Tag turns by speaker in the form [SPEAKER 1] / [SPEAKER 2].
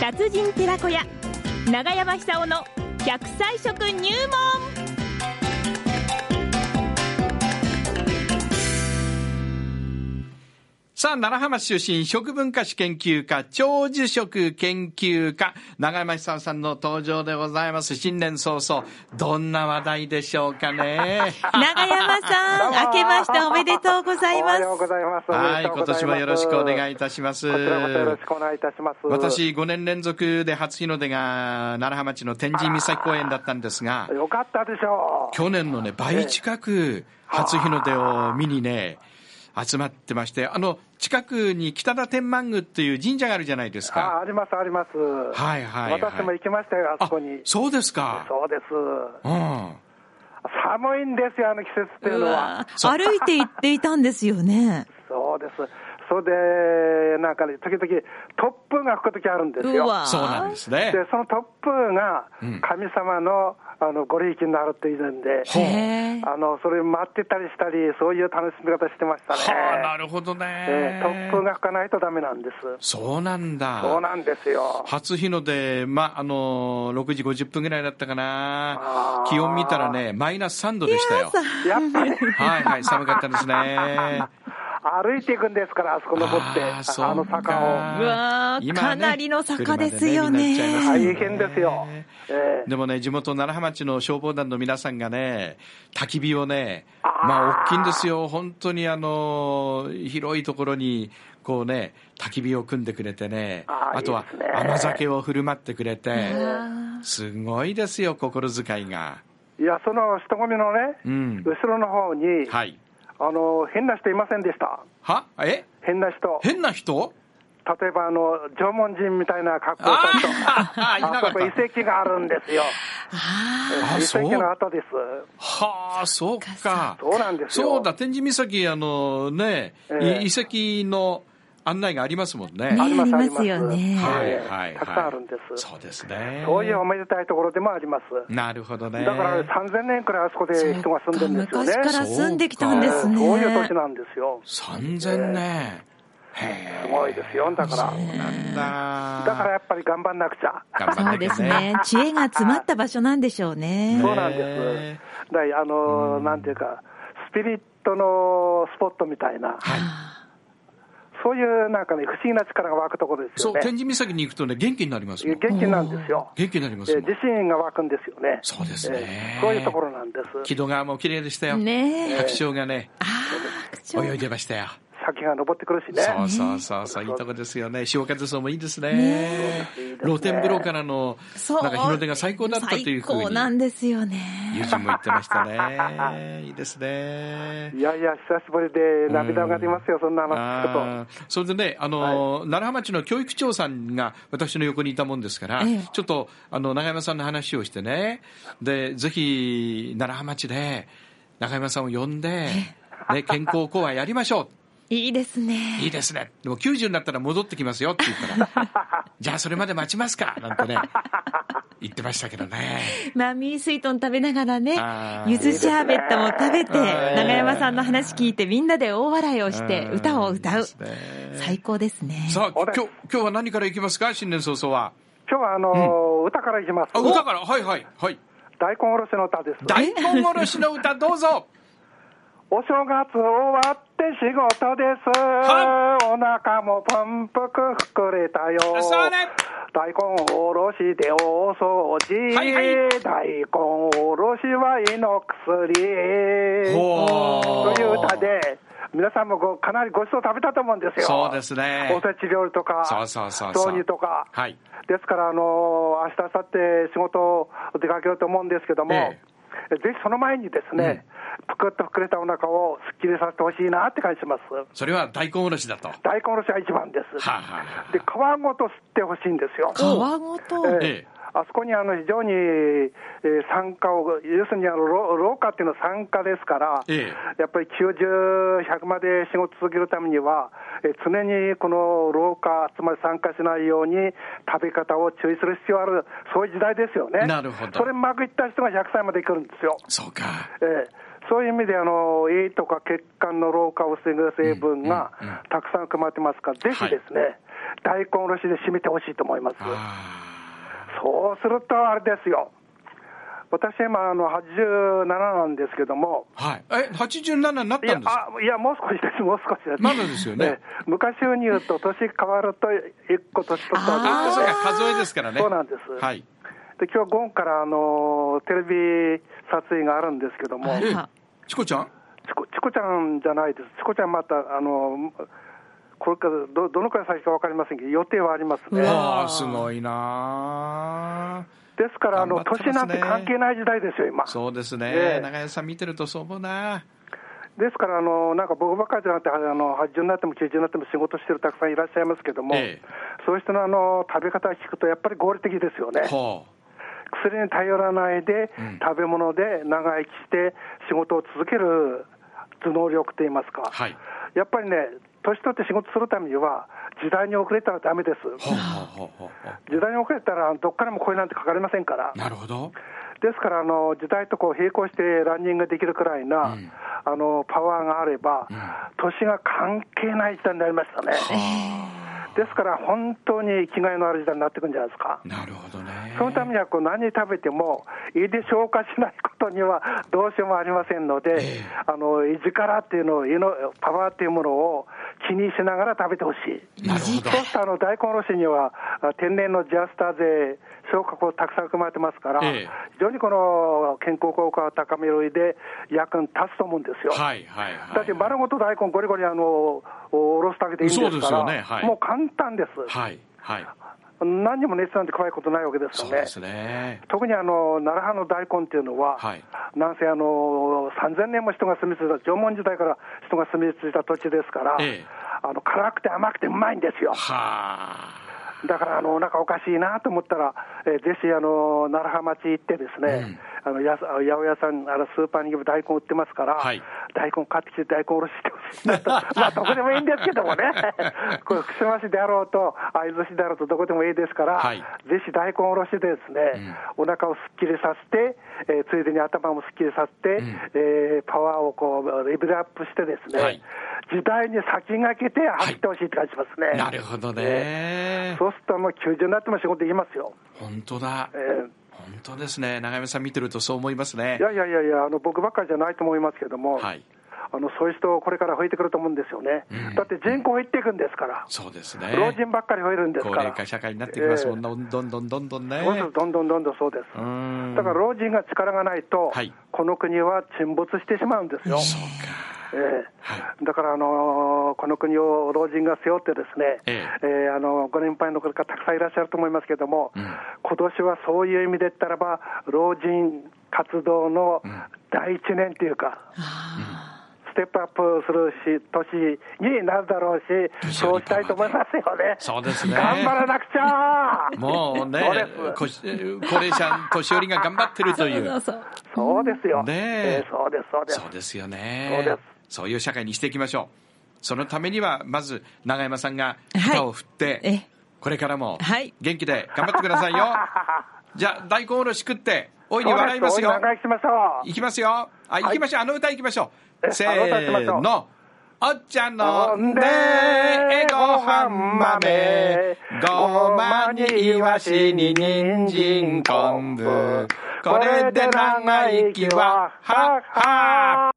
[SPEAKER 1] 達人寺子屋長山久夫の百歳食入門
[SPEAKER 2] さあ、奈良浜市出身、食文化史研究家、長寿食研究家、長山久夫さんの登場でございます。新年早々、どんな話題でしょうか ね。
[SPEAKER 1] 長山
[SPEAKER 3] どう
[SPEAKER 1] さ
[SPEAKER 3] んも
[SPEAKER 1] 明けましておめでとうございま
[SPEAKER 3] お
[SPEAKER 1] す
[SPEAKER 3] はようございます。
[SPEAKER 2] はい、今年もよろしくお願いい
[SPEAKER 3] い
[SPEAKER 2] たします。
[SPEAKER 3] こちらこそよろしくお願いいたします。
[SPEAKER 2] 私、5年連続で初日の出が奈良浜町の天神岬公園だったんですが、
[SPEAKER 3] よかったでしょう。
[SPEAKER 2] 去年のね、倍近く初日の出を見にね、集まってまして、あの、近くに北田天満宮っていう神社があるじゃないです
[SPEAKER 3] あ、
[SPEAKER 2] か。
[SPEAKER 3] あります、あります。
[SPEAKER 2] はいはいはい
[SPEAKER 3] 私も行きましたよ、あ
[SPEAKER 2] あ
[SPEAKER 3] そこに。
[SPEAKER 2] そうですか。
[SPEAKER 3] そうです。
[SPEAKER 2] うん。
[SPEAKER 3] 寒いんですよ、あの季節っていう
[SPEAKER 1] う
[SPEAKER 3] のは
[SPEAKER 1] わ。歩いて行っていたんです よね
[SPEAKER 3] そうです。それで、なんかね、時々、突風が吹く時あるんです
[SPEAKER 1] う
[SPEAKER 3] よ。
[SPEAKER 1] わ
[SPEAKER 2] そうなんです
[SPEAKER 3] で
[SPEAKER 2] ね。、
[SPEAKER 3] その突風が
[SPEAKER 2] ん、
[SPEAKER 3] 神様の、あの、ご利益になるっていうんで、
[SPEAKER 2] ほう
[SPEAKER 1] へえ
[SPEAKER 3] あの、それを待ってたりしたり、そういう楽しみ方してましたね。
[SPEAKER 2] はあ、なるほど
[SPEAKER 3] え
[SPEAKER 2] ね
[SPEAKER 3] ー、。突風が吹かないとダメなんです。
[SPEAKER 2] そうなんだ。
[SPEAKER 3] そうなんですよ。
[SPEAKER 2] 初日の出、ま、あのー、6時50分ぐらいだったかな
[SPEAKER 3] あ。ー
[SPEAKER 2] 気温見たらね、マイナス3度でしたよ。
[SPEAKER 3] やっ ぱり
[SPEAKER 2] はいはい、寒かったですね。
[SPEAKER 3] 歩いていくんですから、あ そこ登って、
[SPEAKER 2] あーそう
[SPEAKER 3] あの坂を。
[SPEAKER 2] か
[SPEAKER 1] をうわー
[SPEAKER 2] 今
[SPEAKER 1] かなりの坂ですよ
[SPEAKER 2] 車で
[SPEAKER 1] ね
[SPEAKER 2] みんな行っちゃいます
[SPEAKER 3] 大
[SPEAKER 2] よね
[SPEAKER 3] 変ですよ。えー
[SPEAKER 2] でもね、地元楢葉町の消防団の皆さんがね、焚き火をね、
[SPEAKER 3] あー
[SPEAKER 2] まあ大きいんですよ。本当にあの、広いところに、こうね、焚き火を組んでくれてね、
[SPEAKER 3] あー
[SPEAKER 2] あとはい
[SPEAKER 3] いですね
[SPEAKER 2] 甘酒を振る舞ってくれて
[SPEAKER 1] う、わ
[SPEAKER 2] すごいですよ、心遣いが。
[SPEAKER 3] いや、その人混みのね、
[SPEAKER 2] うん。
[SPEAKER 3] 後ろの方に、
[SPEAKER 2] はい。
[SPEAKER 3] あの、変な人いませんでした。
[SPEAKER 2] はえ
[SPEAKER 3] 変な人。
[SPEAKER 2] 変な人
[SPEAKER 3] 例えば、あの、縄文人みたいな格好をした人。
[SPEAKER 2] あーいな
[SPEAKER 3] あ
[SPEAKER 2] かっ
[SPEAKER 3] そこ遺
[SPEAKER 2] た。
[SPEAKER 3] 跡があるんですよ。
[SPEAKER 1] あ
[SPEAKER 2] あ
[SPEAKER 3] 遺
[SPEAKER 2] そう
[SPEAKER 3] 跡の跡です。
[SPEAKER 2] はあ、そうか。
[SPEAKER 3] そうなんですよ。
[SPEAKER 2] そうだ、天神岬、あのね、
[SPEAKER 3] ええ
[SPEAKER 2] い遺跡の案内がありますもんね。
[SPEAKER 1] ー
[SPEAKER 3] あり
[SPEAKER 1] ねあ
[SPEAKER 3] ま
[SPEAKER 1] り
[SPEAKER 3] す
[SPEAKER 1] ますよね
[SPEAKER 3] あ
[SPEAKER 2] はい
[SPEAKER 3] ります
[SPEAKER 2] はいはい。
[SPEAKER 3] たくさんあるんです
[SPEAKER 2] そうですね。
[SPEAKER 3] そういうおめでたいところでもあります。
[SPEAKER 2] なるほどね。
[SPEAKER 3] だから3000年くらいあそこで
[SPEAKER 1] ー
[SPEAKER 3] 人が住んでるんですよね。
[SPEAKER 1] そっか昔から住んできた
[SPEAKER 2] ら
[SPEAKER 1] んで
[SPEAKER 3] えー
[SPEAKER 1] す
[SPEAKER 3] そ
[SPEAKER 1] ね
[SPEAKER 3] ういう土地なんですよ。す
[SPEAKER 2] 3000年。へ
[SPEAKER 3] ごいですよ。だから、
[SPEAKER 2] え。なんだ。
[SPEAKER 3] だからやっぱり頑張んなくちゃ。
[SPEAKER 2] 頑
[SPEAKER 1] そ
[SPEAKER 2] 張
[SPEAKER 1] うん
[SPEAKER 2] な
[SPEAKER 1] で
[SPEAKER 2] き
[SPEAKER 1] す
[SPEAKER 2] ゃね。
[SPEAKER 1] ね知恵が詰まった場所なんでしょうね
[SPEAKER 3] そうなんです。
[SPEAKER 2] ね
[SPEAKER 3] だからあのーなんていうか、スピリットのスポットみたいな、
[SPEAKER 2] はい。
[SPEAKER 3] そういうなんかね、不思議な力が湧くところです
[SPEAKER 2] そ
[SPEAKER 3] よ
[SPEAKER 2] う、
[SPEAKER 3] ね。
[SPEAKER 2] 天神岬に行くとね、元気になりますもん。
[SPEAKER 3] 元気なんですよ。
[SPEAKER 2] 元気になりま
[SPEAKER 3] え
[SPEAKER 2] すも
[SPEAKER 3] ー
[SPEAKER 2] ん。
[SPEAKER 3] 自信が湧くんですよね。
[SPEAKER 2] そうですね
[SPEAKER 3] えーそういうところなんです。
[SPEAKER 2] 木戸川も綺麗でしたよ。
[SPEAKER 1] ねえ
[SPEAKER 2] 白鳥がね、
[SPEAKER 1] 口
[SPEAKER 2] 泳いでましたよ。
[SPEAKER 3] 先が登ってくるしね。
[SPEAKER 2] そうそうそうそう、いいとこですよね。潮風層もいいですね
[SPEAKER 1] ね。
[SPEAKER 2] 露天風呂からの、
[SPEAKER 1] そう
[SPEAKER 2] なんか日の出が最高だったというふうに。
[SPEAKER 1] 最高なんですよ
[SPEAKER 2] 友
[SPEAKER 1] ね
[SPEAKER 2] 人も言ってましたね。いいですね。
[SPEAKER 3] いやいや、久しぶりで涙が出ますよ、そんな話聞くと。
[SPEAKER 2] あーそれでね、あのー奈良浜町の教育長さんが私の横にいたもんですから、
[SPEAKER 1] ええ
[SPEAKER 2] ちょっとあの永山さんの話をしてね、でぜひ奈良浜町で永山さんを呼んで、ね、健康講話やりましょ
[SPEAKER 1] いいです
[SPEAKER 2] う、いい
[SPEAKER 1] ね
[SPEAKER 2] ですね、でも90になったら戻ってきますよって言ったら、 じゃあそれまで待ちますかなんてね、言ってましたけどね。
[SPEAKER 1] マミースイートン食べながらね
[SPEAKER 2] あー
[SPEAKER 1] ゆずシャーベットも食べて
[SPEAKER 2] いいですね
[SPEAKER 1] 長山さんの話聞いてみんなで大笑いをして
[SPEAKER 2] うん
[SPEAKER 1] 歌を歌
[SPEAKER 2] いいうですね
[SPEAKER 1] 最高ですね
[SPEAKER 2] さあ、
[SPEAKER 3] あれ
[SPEAKER 2] 今日、今日は何からいきますか新年早々は。
[SPEAKER 3] 今日はあのー歌からいきます。
[SPEAKER 2] あ、歌から、はいはい、はい。
[SPEAKER 3] 大根おろしの歌です。
[SPEAKER 2] 大根おろしの歌どうぞ
[SPEAKER 3] お正月終わって仕事です。
[SPEAKER 2] は
[SPEAKER 3] お腹もパンプク膨れたよ。
[SPEAKER 2] そうね
[SPEAKER 3] 大根おろしで大掃除。
[SPEAKER 2] はいはい
[SPEAKER 3] 大根おろしは胃の薬。
[SPEAKER 2] ほー
[SPEAKER 3] という歌で、皆さんもごかなりごちそう食べたと思うんですよ。
[SPEAKER 2] そうですね
[SPEAKER 3] おせち料理とか、
[SPEAKER 2] そうそうそうそう
[SPEAKER 3] 豆乳とか。
[SPEAKER 2] はい
[SPEAKER 3] ですから、あのー明日、明後日仕事出かけようと思うんですけども、
[SPEAKER 2] え
[SPEAKER 3] ぜひその前にですね、ぷくっと膨れたお腹をすっきりさせてほしいなって感じします。
[SPEAKER 2] それは大根おろしだと。は
[SPEAKER 3] 大根おろしが一番です。
[SPEAKER 2] あ、はあは
[SPEAKER 3] で、皮ごと吸ってほしいんですよ。
[SPEAKER 1] 皮ごと
[SPEAKER 2] ええ
[SPEAKER 3] ええあそこにあの非常に、えー酸化を、要するにあのろ老化っていうのは酸化ですから、
[SPEAKER 2] え
[SPEAKER 3] やっぱり90、100まで仕事続けるためには、えー常にこの老化、つまり酸化しないように食べ方を注意する必要ある、そういう時代ですよね。
[SPEAKER 2] なるほど
[SPEAKER 3] それうまくいった人が100歳までいくんですよ。
[SPEAKER 2] そうか。
[SPEAKER 3] ええそういう意味であの、胃とか血管の老化を防ぐ成分がたくさん含まれてますから、ぜひですね、大根おろしで締めてほしいと思います。
[SPEAKER 2] あ
[SPEAKER 3] そうすると、あれですよ。私、今、あの、87なんですけども、
[SPEAKER 2] ーはい。え、87になっ
[SPEAKER 3] い
[SPEAKER 2] た
[SPEAKER 3] や
[SPEAKER 2] んですか
[SPEAKER 3] あいや、もう少しです、もう少しです。
[SPEAKER 2] まだですよね。
[SPEAKER 3] え昔に言うと、年変わると、一個年取ったわけ
[SPEAKER 2] ああ、
[SPEAKER 3] です
[SPEAKER 2] そう
[SPEAKER 3] よ
[SPEAKER 2] か、数えですからね。
[SPEAKER 3] そうなんです
[SPEAKER 2] はい。
[SPEAKER 3] で今日ゴンからあのテレビ撮影があるんですけども、
[SPEAKER 1] は
[SPEAKER 3] チ
[SPEAKER 1] い
[SPEAKER 2] え、チコちゃん
[SPEAKER 3] コチコちゃんじゃないです、チコちゃんまた、あのこれからどどのくらい先か分かりませんけど、予定はあります
[SPEAKER 1] う
[SPEAKER 3] ね。
[SPEAKER 1] わ
[SPEAKER 2] ああ、すごいなあ
[SPEAKER 3] ですから、あの
[SPEAKER 2] 頑張って
[SPEAKER 3] 年
[SPEAKER 2] ま
[SPEAKER 3] な
[SPEAKER 2] す
[SPEAKER 3] ん
[SPEAKER 2] ね
[SPEAKER 3] て関係ない時代ですよ、今。
[SPEAKER 2] そうです
[SPEAKER 3] え
[SPEAKER 2] ね。
[SPEAKER 3] え
[SPEAKER 2] 長屋さん見てるとそう思うな
[SPEAKER 3] ですからあの、なんか僕ばっかりじゃなくて、あの80になっても90になっても仕事してるたくさんいらっしゃいますけども、
[SPEAKER 2] ええ
[SPEAKER 3] そういう人のあの食べ方を聞くと、やっぱり合理的ですよね。
[SPEAKER 2] ほう。
[SPEAKER 3] 薬に頼らないで、
[SPEAKER 2] ん
[SPEAKER 3] 食べ物で長生きして仕事を続ける頭脳力といいますか、
[SPEAKER 2] はい
[SPEAKER 3] やっぱりね、年取って仕事するためには、時代に遅れたらだめです。
[SPEAKER 2] ほうほうほうほうほ
[SPEAKER 3] 時代に遅れたら、どっからも声なんてかかりませんから
[SPEAKER 2] う。、なるほど。
[SPEAKER 3] ですからあの、時代とこう並行してランニングできるくらいな、
[SPEAKER 2] うん
[SPEAKER 3] あのパワーがあれば、
[SPEAKER 2] うん
[SPEAKER 3] 年が関係ない時代になりましたね。ですから、本当に生きがいのある時代になってくるんじゃないですか。
[SPEAKER 2] なるほどね。
[SPEAKER 3] そのためにはこう何食べても胃で消化しないことにはどうしようもありませんので、
[SPEAKER 2] ええ
[SPEAKER 3] あの胃力っていうのを、胃のパワーっていうものを気にしながら食べてほしい。
[SPEAKER 2] なるほど
[SPEAKER 3] そう。するとあの大根おろしにはあ天然のジアスターゼ、消化をたくさん含まれてますから、
[SPEAKER 2] ええ
[SPEAKER 3] 非常にこの健康効果を高める胃で役に立つと思うんですよ。
[SPEAKER 2] はいはいはい。
[SPEAKER 3] だって丸ごと大根、ゴリゴリあのおろすだけでいいんですから、
[SPEAKER 2] そうですよねはい
[SPEAKER 3] もう簡単です、
[SPEAKER 2] はいはい。
[SPEAKER 3] 何にも熱なんて怖いことないわけです
[SPEAKER 2] そ
[SPEAKER 3] よ
[SPEAKER 2] う
[SPEAKER 3] ね。
[SPEAKER 2] ですね。
[SPEAKER 3] 特にあの奈良派の大根っていうのは、
[SPEAKER 2] はい
[SPEAKER 3] なんせあの3000年も人が住み着いた、縄文時代から人が住み着いた土地ですから、
[SPEAKER 2] ええ
[SPEAKER 3] あの辛くて甘くてうまいんですよ、
[SPEAKER 2] はあ。
[SPEAKER 3] だからあのなんかおかしいなと思ったら、えーぜひあの奈良浜町行って、ですね、あのやす八百屋さん、あのスーパーに行けば大根売ってますから、
[SPEAKER 2] はい
[SPEAKER 3] 大根買ってきて、大根おろしてほしいなと、 まあどこでもいいんですけ どもね、これ串間市であろうと、会津市であろうと、どこでもいいですから、
[SPEAKER 2] はい
[SPEAKER 3] ぜひ大根おろしでですね、お腹をすっきりさせて、えーついでに頭もすっきりさせて、えーパワーをこうレベルアップしてですね、
[SPEAKER 2] はい
[SPEAKER 3] 時代に先駆けて走ってほしいって感じしますね。
[SPEAKER 2] なるほど
[SPEAKER 3] えー
[SPEAKER 2] ね。
[SPEAKER 3] そうするともう90になっても仕事できますよ。
[SPEAKER 2] 本当だ
[SPEAKER 3] え。ー
[SPEAKER 2] 本当ですね。長山さん見てるとそう思いますね
[SPEAKER 3] い。やいやいやいや、あの僕ばっかりじゃないと思いますけども、
[SPEAKER 2] はい。
[SPEAKER 3] あのそういう人、これから増えてくると思うんですよね。だって人口減っていくんですから、
[SPEAKER 2] そうです
[SPEAKER 3] 老
[SPEAKER 2] ね。
[SPEAKER 3] 人ばっかり増えるんですか
[SPEAKER 2] 高
[SPEAKER 3] ら。
[SPEAKER 2] 齢化社会になってきますもん
[SPEAKER 3] ね。
[SPEAKER 2] な。どんどんどんどんね。
[SPEAKER 3] そうですどんどんどんどんそうです。
[SPEAKER 2] うん
[SPEAKER 3] だから老人が力がないと、
[SPEAKER 2] はい
[SPEAKER 3] この国は沈没してしまうんですよ。
[SPEAKER 2] そうか。
[SPEAKER 3] ええ
[SPEAKER 2] は
[SPEAKER 3] だから、あのーこの国を老人が背負って、ですね、
[SPEAKER 2] え
[SPEAKER 3] えーあのご年配の方がたくさんいらっしゃると思いますけども、今年はそういう意味で言ったらば、老人活動の第一年というか、ステップアップするし年になるだろうし、
[SPEAKER 2] 年寄り
[SPEAKER 3] そうしたいと思いますよね。
[SPEAKER 2] そうですね。
[SPEAKER 3] 頑張らなくちゃ
[SPEAKER 2] もうね
[SPEAKER 3] そうです、
[SPEAKER 2] こし高齢者、年寄りが頑張ってるとい
[SPEAKER 1] そう
[SPEAKER 2] う。
[SPEAKER 1] そう
[SPEAKER 3] そうですよ。
[SPEAKER 2] ねえ
[SPEAKER 3] えーそうです、そうです。
[SPEAKER 2] そうですよ
[SPEAKER 3] そうで
[SPEAKER 2] ね
[SPEAKER 3] す。
[SPEAKER 2] そういう社会にしていきましょう。そのためには、まず、永山さんが肩を振っ
[SPEAKER 1] え
[SPEAKER 2] て
[SPEAKER 1] え、
[SPEAKER 2] これからも
[SPEAKER 1] はい、
[SPEAKER 2] 元気で頑張ってください よ。じゃあ、大根おろし食って、大いに
[SPEAKER 3] そう
[SPEAKER 2] 笑いますよ
[SPEAKER 3] お。長生きしましょう。
[SPEAKER 2] いきますよ。あ、行きましょう。あの歌行きましょう。
[SPEAKER 3] え
[SPEAKER 2] せ
[SPEAKER 3] あの歌行きましょ
[SPEAKER 2] ー
[SPEAKER 3] う
[SPEAKER 2] の。おっちゃんの
[SPEAKER 3] 飲ん
[SPEAKER 2] ん
[SPEAKER 3] で
[SPEAKER 2] で、ご飯豆、ごまにいわしに人参昆布。これで長生きは、はっはー